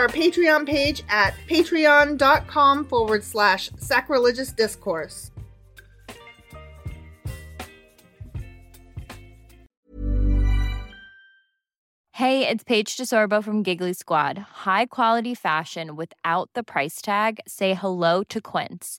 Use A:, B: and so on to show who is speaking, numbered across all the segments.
A: our Patreon page at patreon.com forward slash sacrilegious discourse.
B: Hey, it's Paige DeSorbo from Giggly Squad. High quality fashion without the price tag. Say hello to Quince.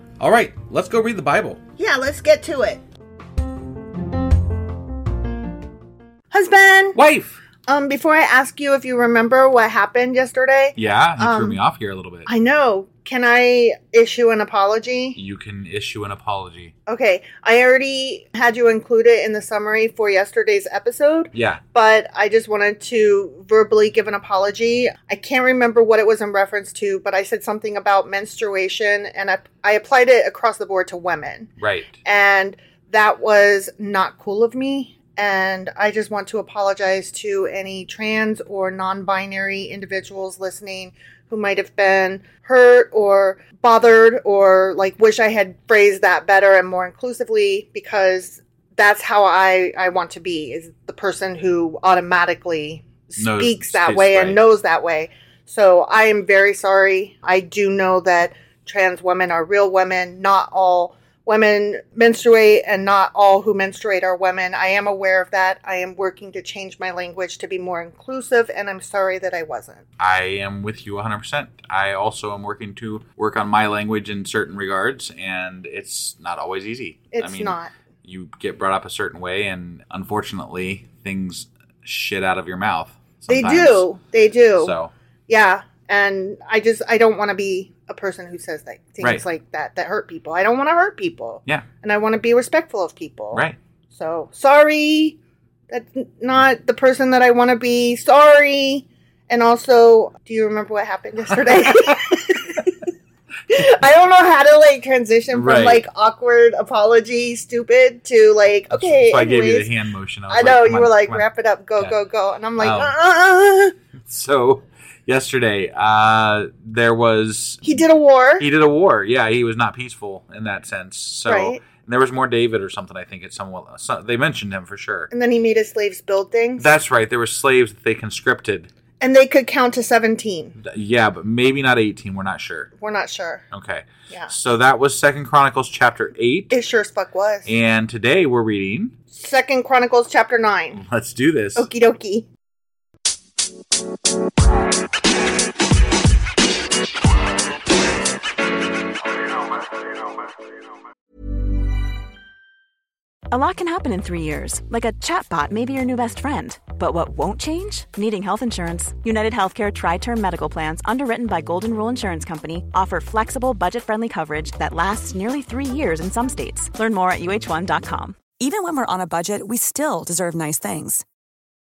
C: All right, let's go read the Bible.
A: Yeah, let's get to it. Husband,
C: Wife!
A: um, before I ask you if you remember what happened yesterday,
D: Yeah, you threw
A: Um,
D: me off here a little bit.
A: I know. Can I issue an apology?
D: you can issue an apology.
A: Okay, I already had you include it in the summary for yesterday's episode,
D: Yeah,
A: but I just wanted to verbally give an apology. I can't remember what it was in reference to, but I said something about menstruation and I, I applied it across the board to women.
D: right.
A: and that was not cool of me. And I just want to apologize to any trans or non binary individuals listening who might have been hurt or bothered or like wish I had phrased that better and more inclusively because that's how I, I want to be is the person who automatically
D: Knows-
A: speaks that
D: speaks
A: way and
D: right.
A: knows that way. So I am very sorry. I do know that trans women are real women. Not all women menstruate, and not all who menstruate are women. I am aware of that. I am working to change my language to be more inclusive, and I'm sorry that I wasn't.
D: I am with you 100%. I also am working to work on my language in certain regards, and it's not always easy.
A: It's
D: I mean,
A: not.
D: You get brought up a certain way, and unfortunately, things shit out of your mouth. sometimes.
A: They do. They do.
D: So,
A: Yeah. And I just, I don't want to be a person who says like things
D: Right.
A: like that that hurt people. I don't want to hurt people.
D: yeah,
A: And I want to be respectful of people.
D: right.
A: So sorry that's not the person that I want to be. Sorry. And also, do you remember what happened yesterday? I don't know how to like transition from
D: Right.
A: like awkward apology, stupid to like okay.
D: so I gave you
A: anyways.
D: the hand motion. was
A: I know
D: "Come
A: you
D: on,
A: were like,
D: come on."
A: wrap it up, go,
D: Yeah.
A: go, go, and I'm like,
D: Oh.
A: uh-uh.
D: So yesterday, uh, there was
A: he did a war.
D: he did a war. Yeah, he was not peaceful in that sense. So
A: Right.
D: and there was more David or something. I think it's someone so, they mentioned him for sure.
A: and then he made his slaves build things,
D: That's right. There were slaves that they conscripted.
A: and they could count to seventeen.
D: D- Yeah, but maybe not eighteen. We're not sure.
A: We're not sure.
D: Okay.
A: Yeah.
D: So that was Second Chronicles chapter eight,
A: It sure as fuck was.
D: and today we're reading.
A: Second Chronicles chapter nine.
D: Let's do this.
A: Okie dokie.
E: A lot can happen in three years, like a chatbot may be your new best friend. But what won't change? Needing health insurance. United Healthcare Tri Term Medical Plans, underwritten by Golden Rule Insurance Company, offer flexible, budget friendly coverage that lasts nearly three years in some states. Learn more at uh1.com.
F: Even when we're on a budget, we still deserve nice things.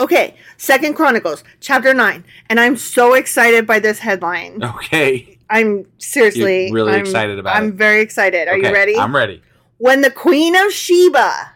A: Okay, Second Chronicles chapter nine, and I'm so excited by this headline.
D: Okay.
A: I'm seriously
D: Oh. You're really
A: I'm-
D: excited about
A: I'm
D: it.
A: very excited. Are
D: Okay,
A: you ready?
D: I'm ready.
A: when the Queen of Sheba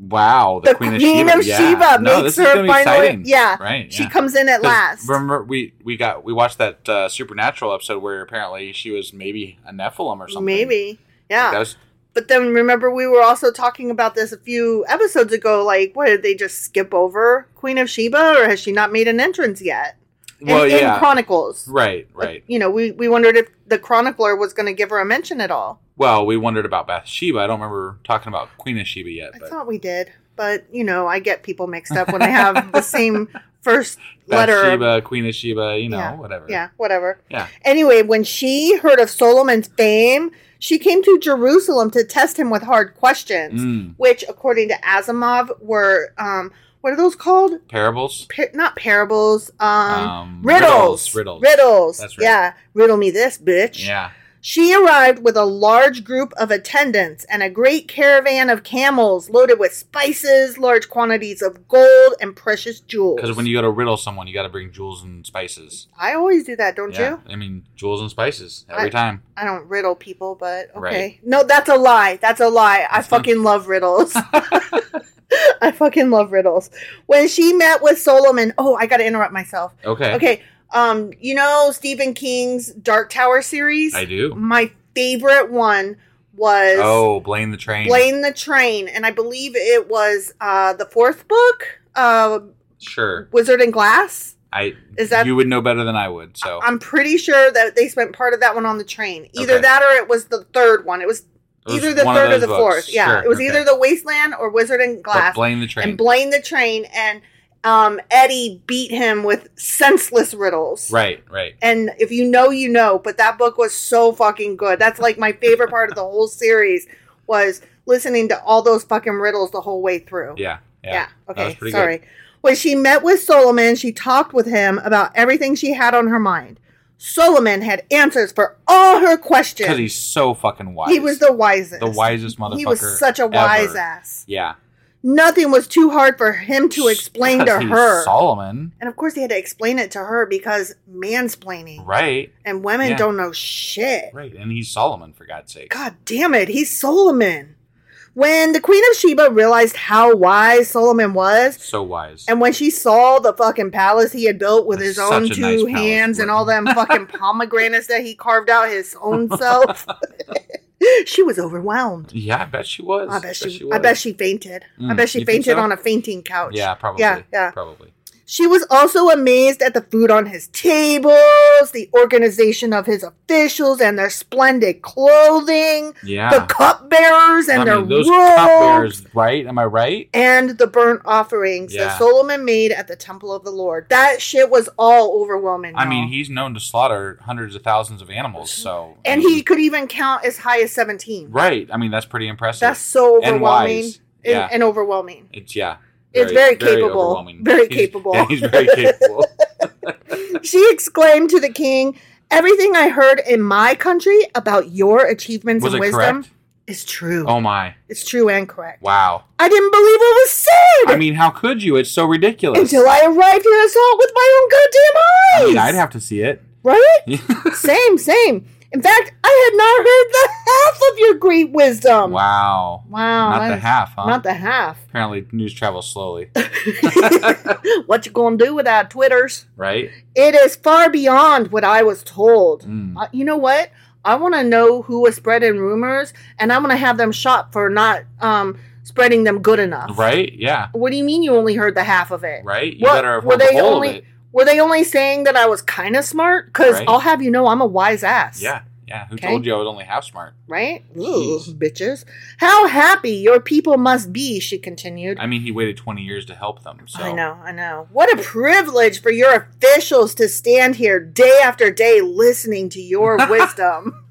D: Wow, the,
A: the Queen, of Sheba,
D: yeah. No,
A: makes
D: this is gonna
A: her
D: be
A: final.
D: exciting.
A: Yeah,
D: right.
A: She
D: yeah.
A: comes in at
D: 'Cause
A: last.
D: Remember, we we got we watched that uh, supernatural episode where apparently she was maybe a Nephilim or something.
A: Maybe, yeah.
D: Like, that was-
A: but then remember, we were also talking about this a few episodes ago. Like, what did they just skip over Queen of Sheba, or has she not made an entrance yet? In-
D: well,
A: in,
D: yeah,
A: Chronicles,
D: right, right.
A: You know, we we wondered if the chronicler was going to give her a mention at all.
D: Well, we wondered about Bathsheba. I don't remember talking about Queen of Sheba yet,
A: I
D: but
A: thought we did, but you know, I get people mixed up when I have the same first letter.
D: Bathsheba, Queen of Sheba, you know,
A: yeah,
D: whatever.
A: Yeah, whatever.
D: yeah.
A: Anyway, when she heard of Solomon's fame, she came to Jerusalem to test him with hard questions,
D: Mm.
A: which, according to Asimov, were um, what are those called?
D: Parables.
A: Par- not parables, um,
D: Um, riddles,
A: riddles,
D: riddles.
A: riddles.
D: That's right.
A: Yeah, riddle me this, bitch.
D: Yeah.
A: She arrived with a large group of attendants and a great caravan of camels loaded with spices, large quantities of gold, and precious jewels.
D: Because when you got to riddle someone, you got to bring jewels and spices.
A: I always do that, don't
D: yeah.
A: you?
D: I mean, jewels and spices every
A: I-
D: time.
A: I don't riddle people, but okay.
D: Right.
A: No, that's a lie. That's a lie. I fucking love riddles. I fucking love riddles. When she met with Solomon, oh, I got to interrupt myself.
D: Okay.
A: Okay. Um, you know Stephen King's Dark Tower series?
D: I do.
A: My favorite one was
D: Oh, Blaine the Train.
A: Blame the Train, and I believe it was uh the fourth book, uh
D: Sure.
A: Wizard in Glass.
D: I
A: Is that-
D: you would know better than I would. So
A: I'm pretty sure that they spent part of that one on the train. Either
D: Okay.
A: that or it was the third one. It was
D: It was
A: either the
D: one of
A: third or
D: those
A: the
D: books.
A: fourth. Yeah,
D: Sure,
A: it was
D: okay.
A: either the Wasteland or Wizard in
D: But
A: Glass.
D: Blaine the Train.
A: And blame the train. And um, Eddie beat him with senseless riddles.
D: right, right.
A: And if you know, you know. But that book was so fucking good. That's like my favorite part of the whole series was listening to all those fucking riddles the whole way through.
D: Yeah, yeah.
A: Yeah.
D: That was
A: Okay.
D: pretty
A: Sorry.
D: good.
A: When she met with Solomon, she talked with him about everything she had on her mind. Solomon had answers for all her questions.
D: Because he's so fucking wise.
A: he was the wisest.
D: the wisest motherfucker.
A: He was such a wise
D: ever.
A: ass.
D: Yeah.
A: Nothing was too hard for him to explain to
D: Because he's
A: her.
D: Solomon,
A: and of course, he had to explain it to her because mansplaining.
D: right?
A: And women
D: Yeah.
A: don't know shit.
D: Right, and he's Solomon for God's sake.
A: God damn it, he's Solomon. When the Queen of Sheba realized how wise Solomon was,
D: So wise.
A: And when she saw the fucking palace he had built with his
D: Such
A: own
D: a
A: two
D: nice palace,
A: hands and
D: right?
A: all them fucking pomegranates that he carved out his own self, she was overwhelmed.
D: yeah, I bet she was.
A: I bet she, I bet she fainted. I
D: Mm,
A: bet she
D: you think
A: fainted
D: so?
A: on a fainting couch.
D: was. Yeah, probably.
A: Yeah, yeah.
D: probably.
A: She was also amazed at the food on his tables, the organization of his officials and their splendid clothing,
D: Yeah.
A: the cupbearers and
D: I
A: their
D: mean, those
A: robes,
D: cupbearers, right? Am I right?
A: and the burnt offerings
D: Yeah.
A: that Solomon made at the temple of the Lord. That shit was all overwhelming.
D: I mean,
A: y'all.
D: he's known to slaughter hundreds of thousands of animals, so
A: and he could even count as high as seventeen.
D: right. I mean, that's pretty impressive.
A: That's so
D: And
A: overwhelming and,
D: wise. Yeah.
A: and overwhelming.
D: it's yeah.
A: It's very capable.
D: overwhelming.
A: Very
D: He's-
A: capable.
D: yeah, he's very capable.
A: She exclaimed to the king, "Everything I heard in my country about your achievements
D: Was
A: and
D: it
A: wisdom
D: correct?
A: is true.
D: Oh my!
A: It's true and correct.
D: Wow.
A: I didn't believe what was said
D: I mean, how could you? It's so ridiculous.
A: until I arrived here and saw it with my
D: I
A: own
D: mean,
A: goddamn eyes.
D: I'd have to see it.
A: right? same, same. In fact, I had not heard the half of your great wisdom.
D: Wow.
A: Wow,
D: Not the
A: that's-
D: half, huh?
A: Not the half.
D: Apparently, news travels slowly,
A: what you gonna do without Twitters?
D: right?
A: It is far beyond what I was told.
D: Mm.
A: Uh, you know what? I want to know who was spreading rumors, and I want to have them shot for not um, spreading them good enough.
D: Right? Yeah.
A: What do you mean you only heard the half of it?
D: Right? You
A: What-
D: better have
A: were
D: heard the
A: they
D: whole
A: only
D: of it.
A: were they only saying that I was kind of smart? Because
D: Right.
A: I'll have you know, I'm a wise ass.
D: Yeah. Yeah. Who
A: Okay.
D: told you I was only half smart?
A: Right. Ooh,
D: Jeez.
A: bitches! How happy your people must be," she continued.
D: I mean, he waited 20 years to help them. So
A: I know, I know. What a privilege for your officials to stand here day after day listening to your wisdom.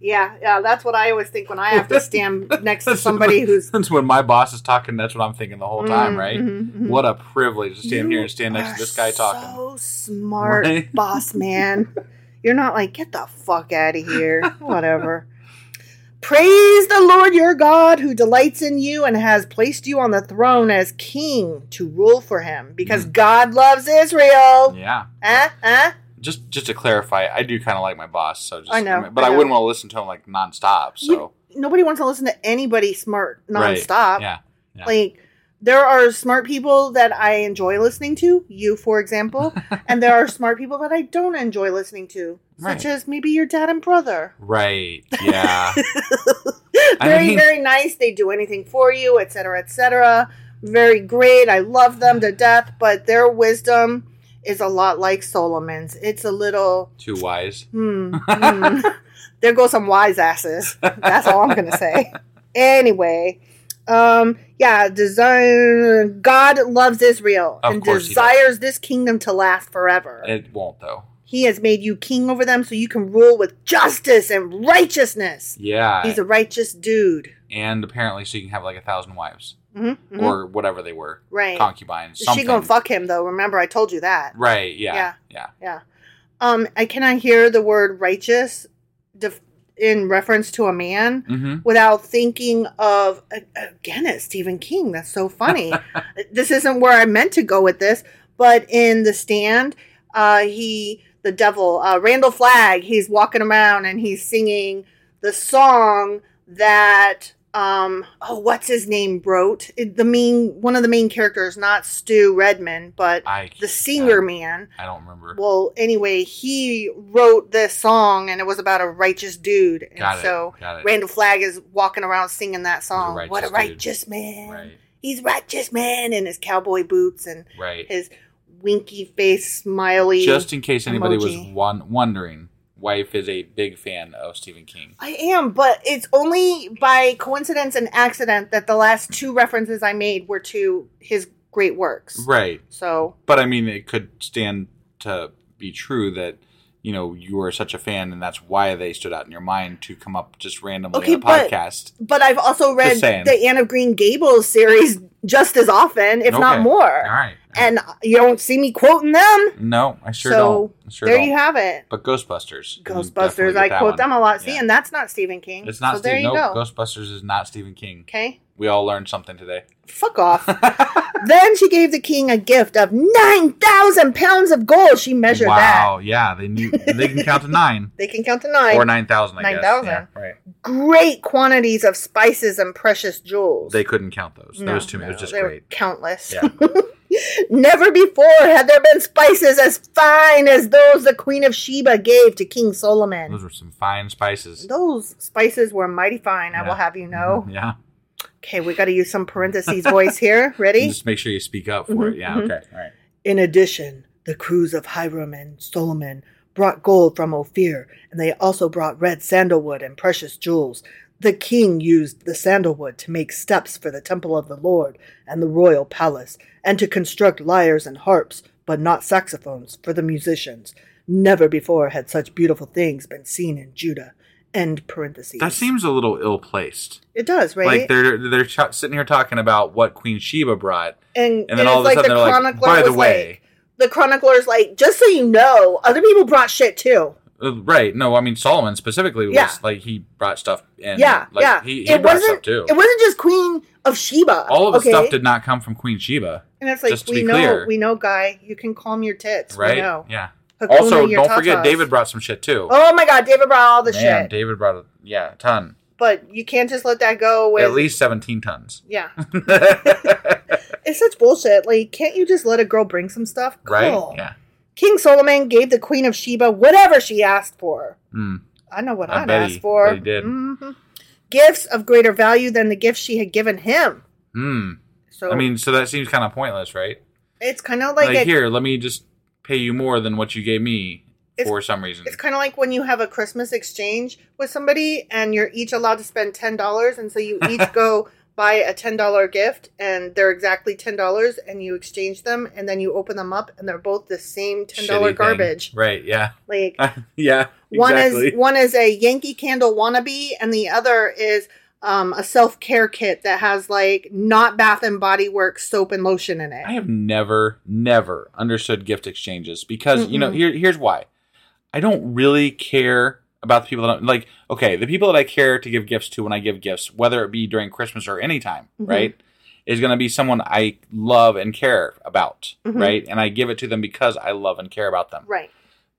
A: Yeah, yeah, that's what I always think when I have to stand next to
D: That's
A: somebody
D: when-
A: who's
D: that's when my boss is talking. That's what I'm thinking the whole time,
A: Mhm,
D: right?
A: mhm, mhm.
D: What a privilege to stand
A: You
D: here and stand next
A: are
D: to this guy talking.
A: So smart,
D: Right?
A: boss man. You're not like get the fuck out of here. Whatever. Praise the Lord your God who delights in you and has placed you on the throne as king to rule for him because God loves Israel.
D: Hmm. yeah.
A: Eh? Eh?
D: Just just to clarify, I do kind of like my boss, so just
A: I know,
D: but
A: I
D: I,
A: know.
D: wouldn't want to listen to him like nonstop. So
A: Nobody wants to listen to anybody smart
D: Right.
A: nonstop.
D: Yeah. yeah.
A: Like there are smart people that I enjoy listening to, you for example, and there are smart people that I don't enjoy listening to, such
D: Right.
A: as maybe your dad and brother.
D: Right. Yeah. I
A: very
D: mean-
A: very nice they do anything for you etc etc very great i love them to death but their wisdom is a lot like solomon's it's a little
D: Too wise.
A: hmm, hmm. there go some wise asses that's all i'm gonna say anyway um yeah design god loves israel
D: Of
A: and
D: course he
A: desires this kingdom to last forever
D: It won't though.
A: he has made you king over them so you can rule with justice and righteousness
D: Yeah.
A: he's a righteous dude
D: and apparently, so you can have like a thousand wives
A: Mhm, mhm.
D: or whatever they were.
A: Right.
D: Concubines.
A: She
D: Something.
A: gonna fuck him though. Remember, I told you that.
D: Right. Yeah.
A: Yeah.
D: Yeah.
A: Yeah. Um, I cannot hear the word righteous def- in reference to a man
D: Mm-hmm.
A: without thinking of a- again it's Stephen King. That's so funny. this isn't where I meant to go with this, but in The Stand, uh, he the devil uh, Randall Flagg. He's walking around and he's singing the song that um oh what's his name wrote It- the main one of the main characters not Stu Redman but
D: I.
A: the singer
D: I,
A: man
D: I don't remember.
A: well anyway he wrote this song and it was about a righteous dude and
D: Got it,
A: so
D: got it.
A: randall flagg is walking around singing that song
D: righteous
A: what a
D: dude.
A: righteous man
D: Right.
A: he's righteous man in his cowboy boots and
D: Right.
A: his winky face smiley
D: Just in case anybody
A: emoji.
D: was won- wondering, wife is a big fan of Stephen King.
A: I am, but it's only by coincidence and accident that the last two references I made were to his great works.
D: Right.
A: So
D: But I mean, it could stand to be true that you know you were such a fan, and that's why they stood out in your mind to come up just randomly
A: Okay,
D: on a
A: but-
D: podcast.
A: But I've also read
D: saying.
A: the Anne of Green Gables series just as often, if not
D: Okay.
A: more.
D: All right.
A: And you don't see me quoting them.
D: No, I sure
A: so
D: don't. I sure
A: there
D: don't.
A: you have it.
D: But Ghostbusters. you definitely
A: Ghostbusters.
D: get
A: I
D: that
A: quote
D: one.
A: them a lot. See,
D: Yeah.
A: and that's not Stephen King.
D: it's not
A: So there
D: Stephen.
A: you
D: No,
A: go.
D: Ghostbusters is not Stephen King.
A: okay.
D: We all learned something today.
A: Fuck off. then she gave the king a gift of 9,000 pounds of gold. She measured
D: wow.
A: that.
D: Yeah, they knew they can count to nine
A: They can count to nine.
D: or nine thousand. I guess.
A: 9,000.
D: Yeah, right.
A: Great quantities of spices and precious jewels.
D: They couldn't count those.
A: No,
D: those two. It was
A: no,
D: just
A: they were
D: great.
A: countless.
D: Yeah.
A: Never before had there been spices as fine as those the Queen of Sheba gave to King Solomon.
D: Those
A: Those,
D: were some fine spices.
A: spices were mighty fine, I
D: Yeah. Mm-hmm.
A: will have you know.
D: Yeah.
A: Okay, we got to use some parentheses voice here. Ready? Mm-hmm.
D: Just make sure you speak up for it. Yeah. Okay. All right.
A: In addition, the crews of Hiram and Solomon brought gold from Ophir, and they also brought red sandalwood and precious jewels. The king used the sandalwood to make steps for the temple of the Lord and the royal palace, and to construct lyres and harps, but not saxophones, for the musicians. Never before had such beautiful things been seen in Judah. End parentheses.
D: That seems a little ill placed.
A: it does, right?
D: Like they're they're ch- sitting here talking about what Queen Sheba brought,
A: and,
D: and then all of a
A: it's
D: sudden
A: like the
D: they're
A: chronicler
D: like, "By the
A: was
D: way,
A: like- the chronicler's like, just so you know, other people brought shit too.
D: Uh, right? No, I mean Solomon specifically was
A: Yeah.
D: like he brought stuff, and
A: yeah,
D: like,
A: yeah.
D: he, he brought stuff too.
A: It wasn't just Queen of Sheba.
D: all of the
A: okay?
D: stuff did not come from Queen Sheba,
A: And it's like
D: just to
A: we
D: be
A: know,
D: clear.
A: we know, guy. You can calm your tits,
D: right?
A: We know.
D: Yeah.
A: Hakuna
D: also, don't
A: Yatatas.
D: forget David brought some shit too.
A: Oh my God, David brought all the
D: Man,
A: shit,
D: David brought a, yeah a ton,
A: but you can't just let that go. With
D: at least seventeen tons.
A: yeah, it's such bullshit. Like, can't you just let a girl bring some stuff? Cool.
D: Right? Yeah.
A: King Solomon gave the Queen of Sheba whatever she asked for.
D: Mm.
A: I know what
D: I
A: I would
D: bet
A: ask
D: he-
A: for.
D: bet he did.
A: Mhm. Gifts of greater value than the gifts she had given him.
D: Mm.
A: So
D: I mean, so that seems kind of pointless, right?
A: it's kind of
D: Like,
A: like, a-
D: here, let me just pay you more than what you gave me
A: It's-
D: for some reason.
A: It's kind of like when you have a Christmas exchange with somebody, and you're each allowed to spend ten dollars, and so you each go buy a ten dollar gift, and they're exactly ten dollars, and you exchange them, and then you open them up, and they're both the same ten
D: Shitty
A: dollar
D: thing.
A: garbage.
D: Right? Yeah.
A: Like
D: yeah.
A: one
D: exactly.
A: is one is a Yankee Candle wannabe, and the other is um, a self care kit that has like not Bath and Body Works soap and lotion in it.
D: I have never, never understood gift exchanges because you know here, here's why. I don't really care about the people that I'm, like. Okay, the people that I care to give gifts to when I give gifts, whether it be during Christmas or any time,
A: Mm-hmm.
D: right, is going to be someone I love and care about, right, and I give it to them because I love and care about them.
A: Mm-hmm. right.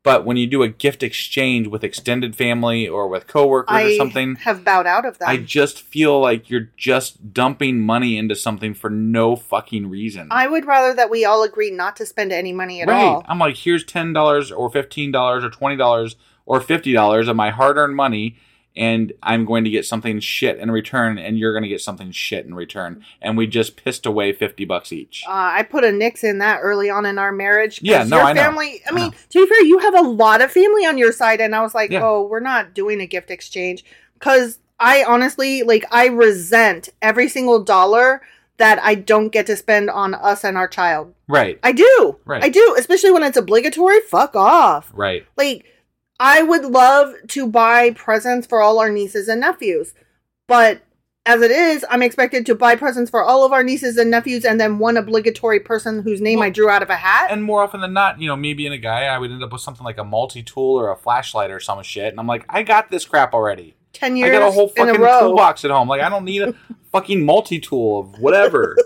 D: But when you do a gift exchange with extended family or with coworkers
A: I
D: or something,
A: have bowed out of that.
D: I just feel like you're just dumping money into something for no fucking reason.
A: I would rather that we all agree not to spend any money at all. Uh,
D: I'm like, here's ten dollars or fifteen dollars or twenty dollars or fifty dollars of my hard earned money, and I'm going to get something shit in return, and you're gonna get something shit in return. And we just pissed away fifty bucks each.
A: Uh, I put a nix in that early on in our marriage. 'cause
D: Yeah, no,
A: your
D: I know.
A: family. I
D: I
A: mean,
D: know.
A: to be fair, you have a lot of family on your side, and I was like,
D: Yeah.
A: oh, we're not doing a gift exchange because I honestly like I resent every single dollar that I don't get to spend on us and our child.
D: right.
A: I do,
D: Right.
A: I do, especially when it's obligatory. Fuck off.
D: right.
A: Like, I would love to buy presents for all our nieces and nephews, but as it is, I'm expected to buy presents for all of our nieces and nephews and then one obligatory person whose name I drew out of a hat.
D: And more often than not, you know, me being a guy, I would end up with something like a multi tool or a flashlight or some shit, and I'm like, I got this crap already.
A: 10 years
D: I got a whole
A: in
D: fucking
A: a row.
D: toolbox at home. Like, I don't need a fucking multi tool of whatever.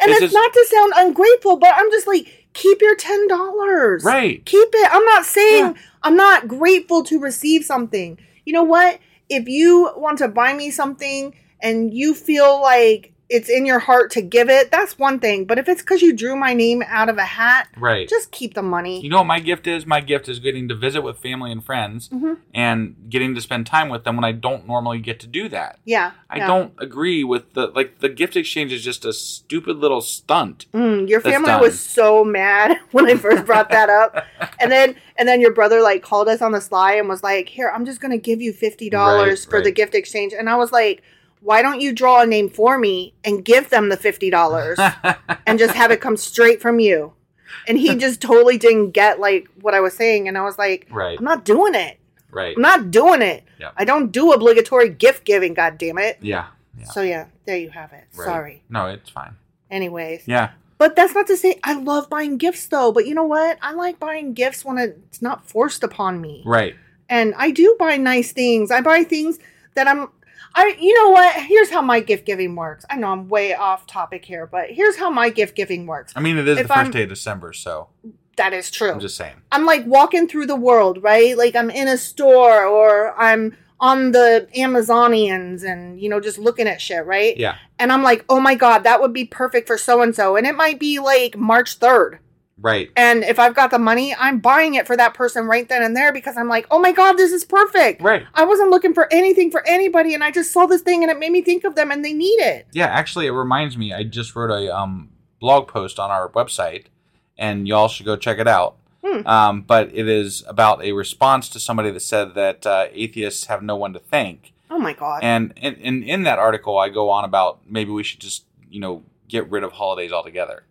A: And
D: It's
A: it's,
D: just-
A: not to sound ungrateful, but I'm just like, keep your $10.
D: Right.
A: Keep it. I'm not saying I'm not grateful to receive something. You know what? If you want to buy me something and you feel like it's in your heart to give it, that's one thing. But if it's because you drew my name out of a hat,
D: right.
A: just keep the money.
D: You know what my gift is? My gift is getting to visit with family and friends
A: Mm-hmm.
D: and getting to spend time with them when I don't normally get to do that.
A: yeah.
D: I
A: yeah.
D: don't agree with the like the gift exchange is just a stupid little stunt.
A: Mm, your
D: That's
A: family
D: done.
A: was so mad when I first brought that up, and then and then your brother like called us on the sly and was like, "Here, I'm just gonna give you fifty dollars
D: Right,
A: for the
D: right.
A: gift exchange," and I was like. Why don't you draw a name for me and give them the fifty dollars and just have it come straight from you? And he just totally didn't get like what I was saying, and I was like,
D: Right.
A: "I'm not doing it.
D: Right.
A: I'm not doing it.
D: Yeah.
A: I don't do obligatory gift giving. God damn it."
D: yeah. Yeah.
A: So yeah, there you have it.
D: Right.
A: Sorry.
D: No, it's fine.
A: Anyways,
D: Yeah.
A: but that's not to say I love buying gifts though. But you know what? I like buying gifts when it's not forced upon me.
D: Right.
A: And I do buy nice things. I buy things that I'm I you know what? Here's how my gift giving works. I know I'm way off topic here, but here's how my gift giving works.
D: I mean, it is
A: If
D: the 1st
A: I'm-
D: day of December, so
A: That is true.
D: I'm just saying.
A: I'm like walking through the world, right? Like I'm in a store or I'm on the Amazonians and, you know, just looking at shit, right?
D: Yeah.
A: And I'm like, oh my God, that would be perfect for so and so. And it might be like March 3rd.
D: Right.
A: And if I've got the money, I'm buying it for that person right then and there because I'm like, oh my God, this is perfect.
D: Right.
A: I wasn't looking for anything for anybody. And I just saw this thing and it made me think of them and they need it.
D: Yeah, actually, it reminds me. I just wrote a um, blog post on our website, and y'all should go check it out.
A: Hmm.
D: Um, but it is about a response to somebody that said that uh, atheists have no one to thank.
A: Oh my god.
D: And in, in, in that article, I go on about maybe we should just, you know, get rid of holidays altogether.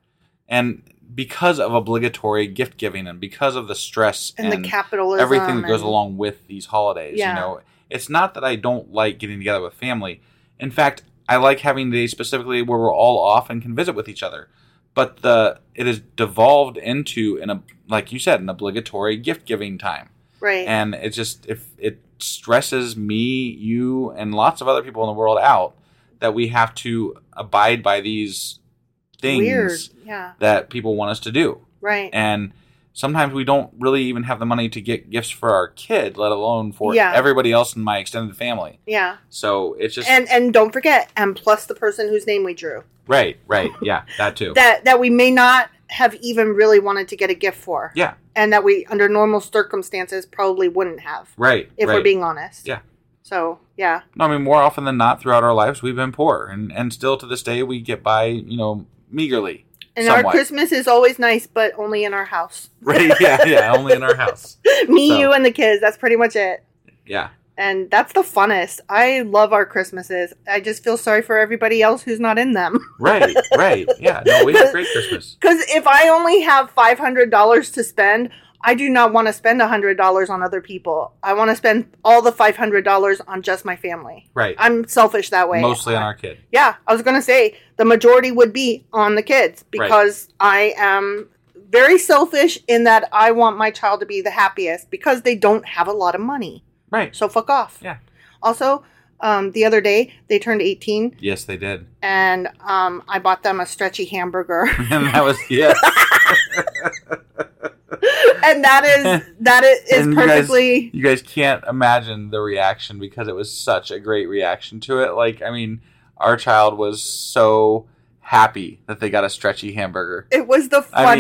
D: And because of obligatory gift giving and because of the stress
A: And the capitalism
D: everything that goes
A: and-
D: along with these holidays,
A: Yeah.
D: you know, it's not that I don't like getting together with family. In fact, I like having days specifically where we're all off and can visit with each other. But the it is devolved into an ob- like you said an obligatory gift giving time
A: right.
D: and it just if it stresses me you and lots of other people in the world out that we have to abide by these things
A: Weird. Yeah.
D: that people want us to do
A: Right.
D: and sometimes we don't really even have the money to get gifts for our kid let alone for
A: Yeah.
D: everybody else in my extended family
A: yeah.
D: so it's just
A: And and don't forget, and plus the person whose name we drew.
D: right right yeah that too
A: That that we may not have even really wanted to get a gift for.
D: yeah
A: And that we under normal circumstances probably wouldn't have.
D: right
A: If
D: right.
A: we're being honest.
D: yeah
A: So yeah.
D: No, I mean more often than not throughout our lives we've been poor, and and still to this day we get by, you know, meagerly.
A: And our
D: somewhat.
A: Christmas is always nice, but only in our house.
D: right? Yeah, yeah, only in our house.
A: Me,
D: So-
A: you, and the kids. That's pretty much it.
D: Yeah,
A: And that's the funnest. I love our Christmases. I just feel sorry for everybody else who's not in them.
D: right, right. Yeah, no, we had a great Christmas.
A: Because if I only have five hundred dollars to spend, I do not want to spend hundred dollars on other people. I want to spend all the five hundred dollars on just my family.
D: Right,
A: I'm selfish that way.
D: mostly on our kid.
A: Yeah, I was gonna say the majority would be on the kids because I am very selfish in that I want my child to be the happiest because they don't have a lot of money.
D: Right.
A: So fuck off.
D: Yeah.
A: Also, um, the other day they turned eighteen,
D: Yes, they did,
A: and um, I bought them a stretchy hamburger.
D: and that was yeah.
A: and that is that is,
D: And
A: is perfectly
D: You guys, you guys can't imagine the reaction because it was such a great reaction to it. Like, I mean, our child was so happy that they got a stretchy hamburger.
A: it was the
D: I mean-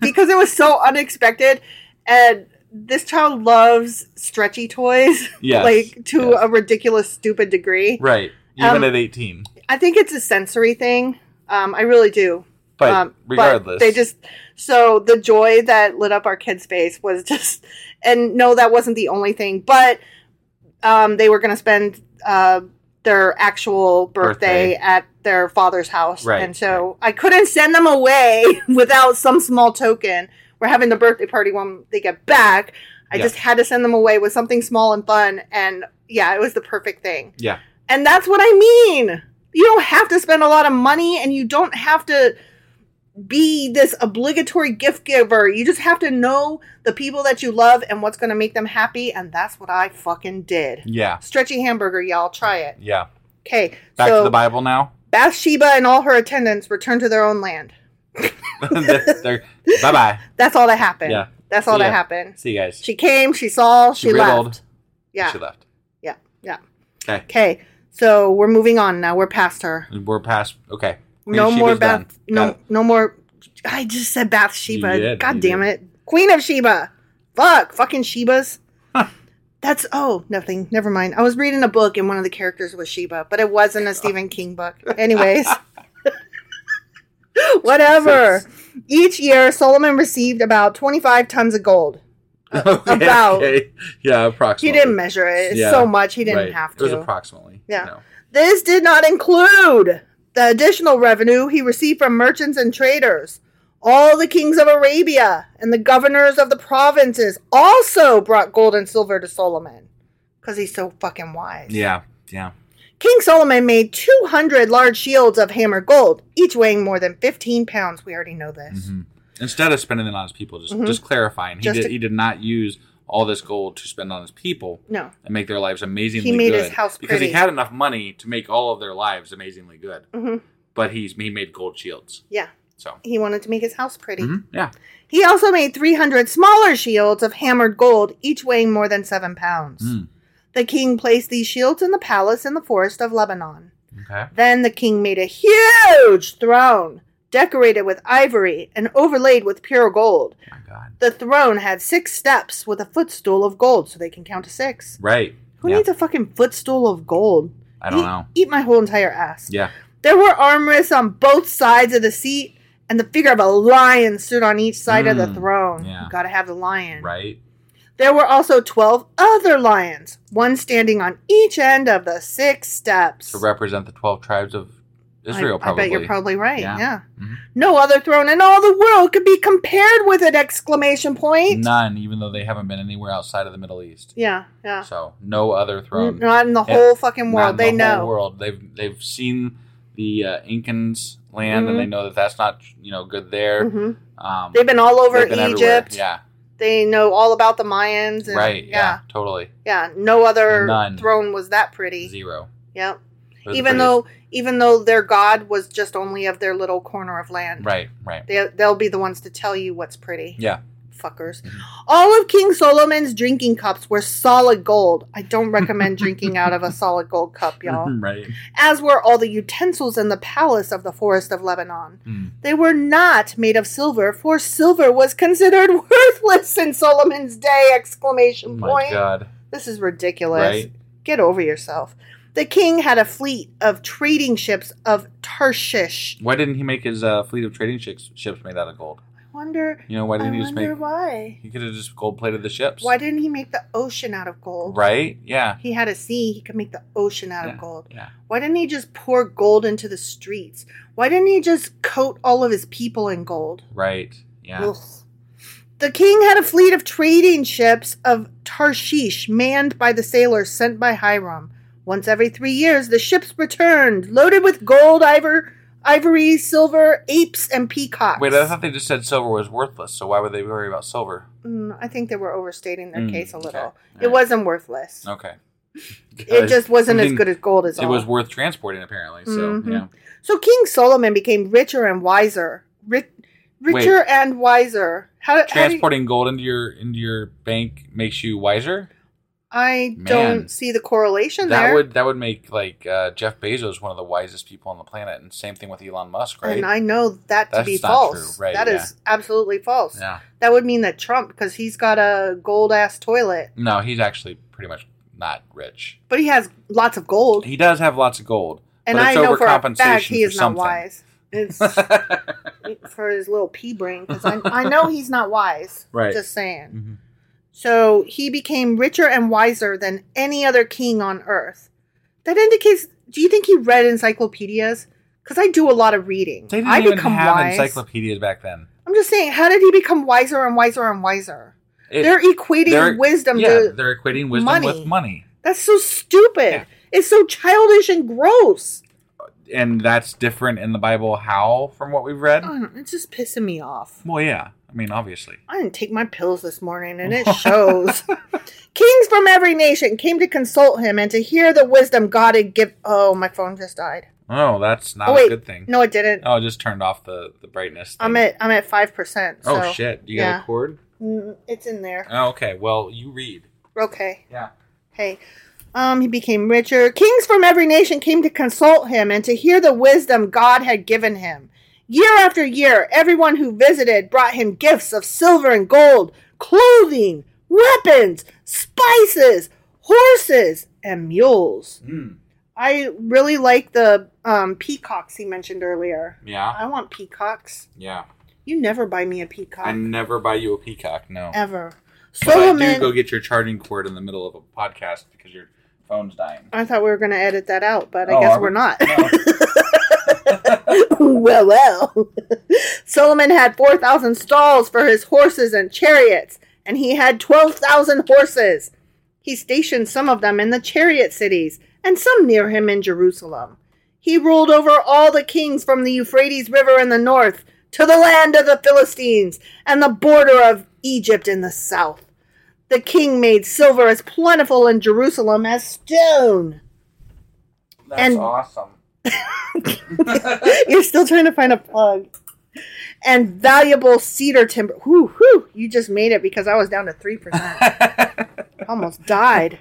A: because it was so unexpected and this child loves stretchy toys
D: Yes,
A: like to
D: yes.
A: a ridiculous stupid degree
D: Right, even
A: Um,
D: at eighteen.
A: i think it's a sensory thing um, i really do
D: But
A: um,
D: regardless,
A: they just so the joy that lit up our kids face was just and no that wasn't the only thing but um, they were going to spend uh, their actual
D: Birthday.
A: birthday, at their father's house
D: Right,
A: and so i couldn't send them away without some small token we're having the birthday party when they get back i
D: Yeah.
A: just had to send them away with something small and fun and yeah it was the perfect thing
D: yeah,
A: and that's what I mean. You don't have to spend a lot of money and you don't have to be this obligatory gift giver. You just have to know the people that you love and what's going to make them happy. And that's what I fucking did.
D: yeah,
A: Stretchy hamburger, y'all. Try it.
D: yeah.
A: Okay.
D: Back
A: so
D: to the Bible now.
A: Bathsheba and all her attendants returned to their own land.
D: bye bye.
A: That's all that happened.
D: Yeah.
A: That's all
D: See
A: that
D: ya.
A: happened.
D: See you guys.
A: She came, she saw, she,
D: riddled.
A: left. Yeah.
D: She left.
A: Yeah. Yeah.
D: Okay.
A: Okay. So we're moving on now. We're past her.
D: We're past. Okay. Queen
A: no
D: of
A: more
D: Sheba's done.
A: Bath. No,
D: Got it.
A: no more. I just said Bathsheba.
D: You did,
A: God
D: you
A: damn
D: did.
A: it, Queen of Sheba. Fuck, fucking Shebas. That's oh nothing. Never mind. I was reading a book and one of the characters was Sheba, but it wasn't a Stephen King book. Anyways, whatever. Each year, Solomon received about twenty-five tons of gold.
D: Okay,
A: about-
D: okay. Yeah,
A: He
D: approximately.
A: didn't measure it
D: Yeah,
A: so much. He didn't
D: right.
A: have
D: It was
A: to.
D: approximately.
A: Yeah.
D: No.
A: This did not include the additional revenue he received from merchants and traders. All the kings of Arabia and the governors of the provinces also brought gold and silver to Solomon because he's so fucking wise.
D: Yeah. Yeah.
A: King Solomon made 200 large shields of hammered gold, each weighing more than 15 pounds. We already know this.
D: Instead of spending it on his people, just just clarifying, he
A: Mm-hmm. Just
D: did
A: to-
D: he did not use all this gold to spend on his people
A: No.
D: and make their lives amazingly.
A: He made
D: good
A: his house
D: because he
A: pretty.
D: had enough money to make all of their lives amazingly good.
A: Mm-hmm.
D: But he's he made gold shields.
A: Yeah.
D: So
A: He wanted to make his house pretty.
D: Mhm. yeah,
A: He also made 300 smaller shields of hammered gold, each weighing more than seven pounds.
D: Hmm.
A: The king placed these shields in the palace in the forest of Lebanon.
D: okay,
A: Then the king made a huge throne, decorated with ivory and overlaid with pure gold.
D: my God,
A: The throne had six steps with a footstool of gold, so they can count to six.
D: right?
A: Who
D: yeah.
A: needs a fucking footstool of gold?
D: I don't
A: Eat-
D: know.
A: Eat my whole entire ass.
D: Yeah,
A: There were armrests on both sides of the seat, and the figure of a lion stood on each side of the
D: Mm,
A: throne.
D: yeah.
A: You gotta have the lion.
D: right?
A: There were also 12 other lions, one standing on each end of the six steps.
D: To represent the 12 tribes of Israel,
A: I,
D: probably.
A: I bet you're probably right.
D: Yeah.
A: Yeah.
D: Mhm.
A: No other throne in all the world could be compared with an exclamation point.
D: None, even though they haven't been anywhere outside of the Middle East.
A: Yeah, yeah. Mm-hmm.
D: So, no other throne.
A: N- Not in the
D: Yeah.
A: whole fucking
D: Not
A: world.
D: in
A: they
D: the
A: know.
D: Whole world. They've they've seen the uh, Incans land,
A: Mhm.
D: and they know that that's not you know good there.
A: Mhm.
D: Um,
A: They've been all over
D: they've been everywhere.
A: Egypt.
D: Yeah.
A: They know all about the Mayans. And,
D: Right. Yeah.
A: yeah.
D: Totally.
A: Yeah, no other
D: None.
A: throne was that pretty.
D: Zero.
A: Yep.
D: They're the
A: Even though even though their god was just only of their little corner of land.
D: prettiest. Right. Right.
A: They they'll be the ones to tell you what's pretty.
D: Yeah.
A: Fuckers.
D: Mm-hmm.
A: All of King Solomon's drinking cups were solid gold. I don't recommend drinking out of a solid gold cup, y'all.
D: right.
A: As were all the utensils in the palace of the forest of Lebanon.
D: Mm.
A: They were not made of silver, for silver was considered worthless in Solomon's day!
D: Oh
A: Exclamation
D: my
A: point.
D: God.
A: This is ridiculous.
D: Right.
A: Get over yourself. The king had a fleet of trading ships of Tarshish.
D: Why didn't he make his uh, fleet of trading ships ships made out of gold?
A: I wonder.
D: You know why didn't
A: I
D: he just
A: wonder
D: make?
A: why.
D: He could have just gold plated the ships.
A: Why didn't he make the ocean out of gold?
D: Right. Yeah.
A: He had a sea. He could make the ocean out
D: Yeah,
A: of gold.
D: Yeah.
A: Why didn't he just pour gold into the streets? Why didn't he just coat all of his people in gold?
D: Right. Yeah.
A: Ugh. The king had a fleet of trading ships of Tarshish manned by the sailors sent by Hiram. Once every three years, the ships returned, loaded with gold, ivor, ivory, silver, apes, and peacocks.
D: Wait, uh-huh. I thought they just said silver was worthless. So why would they worry about silver?
A: Mm, I think they were overstating their
D: Mm,
A: case a little.
D: okay.
A: It
D: Alright.
A: wasn't worthless.
D: Okay.
A: It just wasn't
D: I
A: as
D: mean,
A: good as gold as
D: It
A: all.
D: was worth transporting, apparently. So
A: Mhm.
D: yeah.
A: So King Solomon became richer and wiser. Ri- richer
D: Wait.
A: and wiser. How, how do you-
D: transporting gold into your into your bank makes you wiser.
A: I
D: Man.
A: don't see the correlation
D: that
A: there.
D: would that would make like uh, Jeff Bezos one of the wisest people on the planet, and same thing with Elon Musk, right?
A: And I know that to
D: That's
A: be
D: not
A: false.
D: true, right,
A: That is absolutely false.
D: yeah.
A: That would mean that Trump, because he's got a gold ass toilet,
D: No, he's actually pretty much not rich.
A: but he has lots of gold.
D: He does have lots of gold,
A: and
D: but
A: I
D: it's
A: know for a
D: overcompensation
A: fact he
D: for
A: is not
D: something.
A: wise. It's for his little pea brain, because I, I know he's not wise.
D: Right. Mm-hmm.
A: Just saying. So he became richer and wiser than any other king on earth. That indicates. Do you think he read encyclopedias? Because I do a lot of reading.
D: They didn't
A: I
D: even
A: become
D: have
A: wise.
D: encyclopedias back then.
A: I'm just saying, how did he become wiser and wiser and wiser?
D: It-
A: they're equating
D: they're-
A: wisdom
D: Yeah,
A: to
D: they're equating wisdom
A: money.
D: with money,
A: That's so stupid.
D: Yeah.
A: It's so childish and gross.
D: and that's different in the Bible. How from what we've read?
A: I don't know, It's just pissing me off.
D: Well, yeah. I mean, obviously.
A: I didn't take my pills this morning, and it shows. Kings from every nation came to consult him and to hear the wisdom God had given. Oh, my phone just died.
D: Oh, that's not
A: oh wait,
D: a good thing.
A: no, it didn't.
D: Oh, I just turned off the the brightness.
A: I'm
D: thing.
A: at I'm at five percent.
D: Oh
A: so,
D: shit! You
A: yeah.
D: got a cord?
A: Mm, It's in there.
D: Oh, okay. Well, you read.
A: Okay.
D: Yeah.
A: Hey. Um, he became richer. Kings from every nation came to consult him and to hear the wisdom God had given him. Year after year, everyone who visited brought him gifts of silver and gold, clothing, weapons, spices, horses, and mules.
D: Hmm.
A: I really like the um, peacocks he mentioned earlier.
D: Yeah.
A: I want peacocks.
D: Yeah.
A: You never buy me a peacock.
D: I never buy you a peacock. No.
A: ever.
D: But I
A: Solomon.
D: do go get your charging cord in the middle of a podcast because your phone's dying.
A: I thought we were going to edit that out, but I
D: Oh,
A: guess
D: are we?
A: we're not.
D: No.
A: well, well. Solomon had 4,000 stalls for his horses and chariots, and he had 12,000 horses. He stationed some of them in the chariot cities, and some near him in Jerusalem. He ruled over all the kings from the Euphrates River in the north to the land of the Philistines and the border of Egypt in the south. The king made silver as plentiful in Jerusalem as stone.
D: That's
A: And-
D: awesome.
A: You're still trying to find a plug. And valuable cedar timber. Whoo, whoo. You just made it because I was down to 3%. Almost died.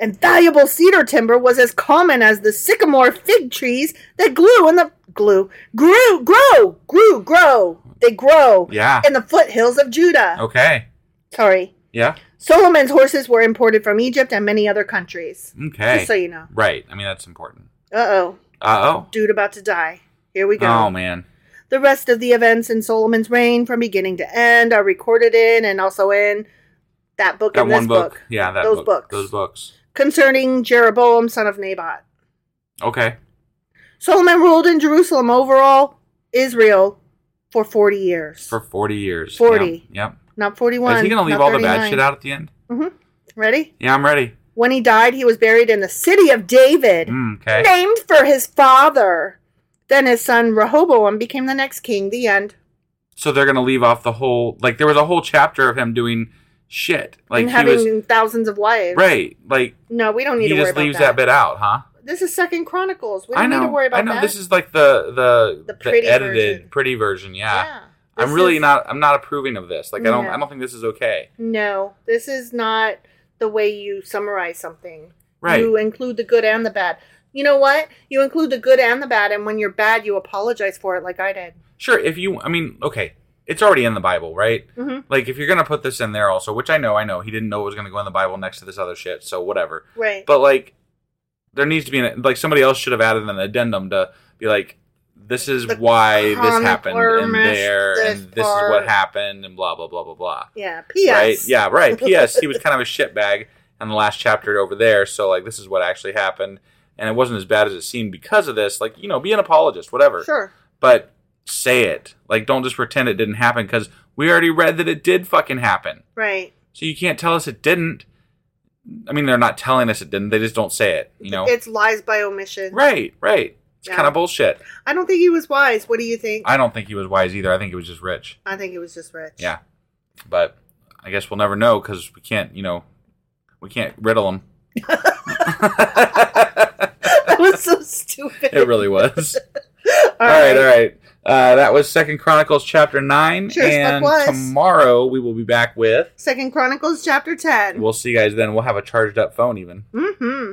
A: And valuable cedar timber was as common as the sycamore fig trees that grew in the glue grew grow grew grow they grow
D: Yeah. Oh.
A: in the foothills of Judah.
D: Okay.
A: Sorry.
D: Yeah.
A: Solomon's horses were imported from Egypt and many other countries.
D: Okay.
A: Just so you know.
D: Right. I mean, that's important.
A: Uh oh.
D: Uh oh.
A: Dude about to die. Here we go.
D: Oh man.
A: The rest of the events in Solomon's reign from beginning to end are recorded in and also in that book
D: That
A: and this
D: one book. Yeah, that
A: those
D: book,
A: books
D: Those books.
A: concerning Jeroboam, son of Nabat.
D: Okay.
A: Solomon ruled in Jerusalem overall Israel for 40 years.
D: For 40 years.
A: 40.
D: Yep.
A: not
D: yep.
A: 41.
D: Is he going to leave all the bad shit out at the end?
A: hmm Ready?
D: Yeah, I'm ready.
A: When he died, he was buried in the city of David,
D: Mm, okay.
A: named for his father. Then his son Rehoboam became the next king. The end.
D: So they're going to leave off the whole. Like, there was a whole chapter of him doing shit. Like,
A: and
D: he
A: having
D: was.
A: thousands of wives.
D: Right. Like,
A: No, we don't
D: he
A: need to worry
D: just
A: about
D: leaves that. bit out, huh?
A: This is Second Chronicles. We don't
D: I know.
A: need to worry about
D: I know.
A: that.
D: This is like the the,
A: The
D: the,
A: pretty
D: edited
A: version.
D: pretty version. Yeah.
A: This
D: I'm really
A: is-
D: not. I'm not approving of this. Like, I don't.
A: No.
D: I don't think this is okay.
A: No, this is not the way you summarize something.
D: Right.
A: You include the good and the bad. You know what? You include the good and the bad, and when you're bad, you apologize for it, like I did.
D: Sure. If you. I mean, okay. It's already in the Bible, right?
A: Mhm.
D: Like, if you're gonna put this in there also, which I know, I know, he didn't know it was gonna go in the Bible next to this other shit. So whatever.
A: Right.
D: But like, there needs to be an like somebody else should have added an addendum to be like, this is
A: The
D: why this happened
A: chronicler
D: and
A: missed
D: there
A: this
D: and this is
A: part.
D: what happened and blah blah blah blah blah.
A: yeah. P.S.
D: Right? Yeah, right. P.S. he was kind of a shitbag in the last chapter over there. So, like, this is what actually happened. And it wasn't as bad as it seemed because of this. Like, you know, be an apologist, whatever.
A: Sure.
D: But say it. Like, don't just pretend it didn't happen because we already read that it did fucking happen.
A: Right.
D: So you can't tell us it didn't. I mean, they're not telling us it didn't. They just don't say it, you know?
A: It's lies by omission.
D: right, right. It's
A: Yeah.
D: kind of bullshit.
A: I don't think he was wise. What do you think? I,
D: I don't think he was wise either. I think he was just rich.
A: think he was just rich.
D: Yeah. But I guess we'll never know because we can't, you know, we can't riddle him.
A: That was so stupid.
D: It really was.
A: All
D: all right, all right. Uh, that was Second Chronicles chapter nine,
A: Sure as fuck
D: and
A: was.
D: tomorrow we will be back with.
A: Second Chronicles chapter 10.
D: We'll see you guys then. We'll have a charged up phone even.
A: mm-hmm.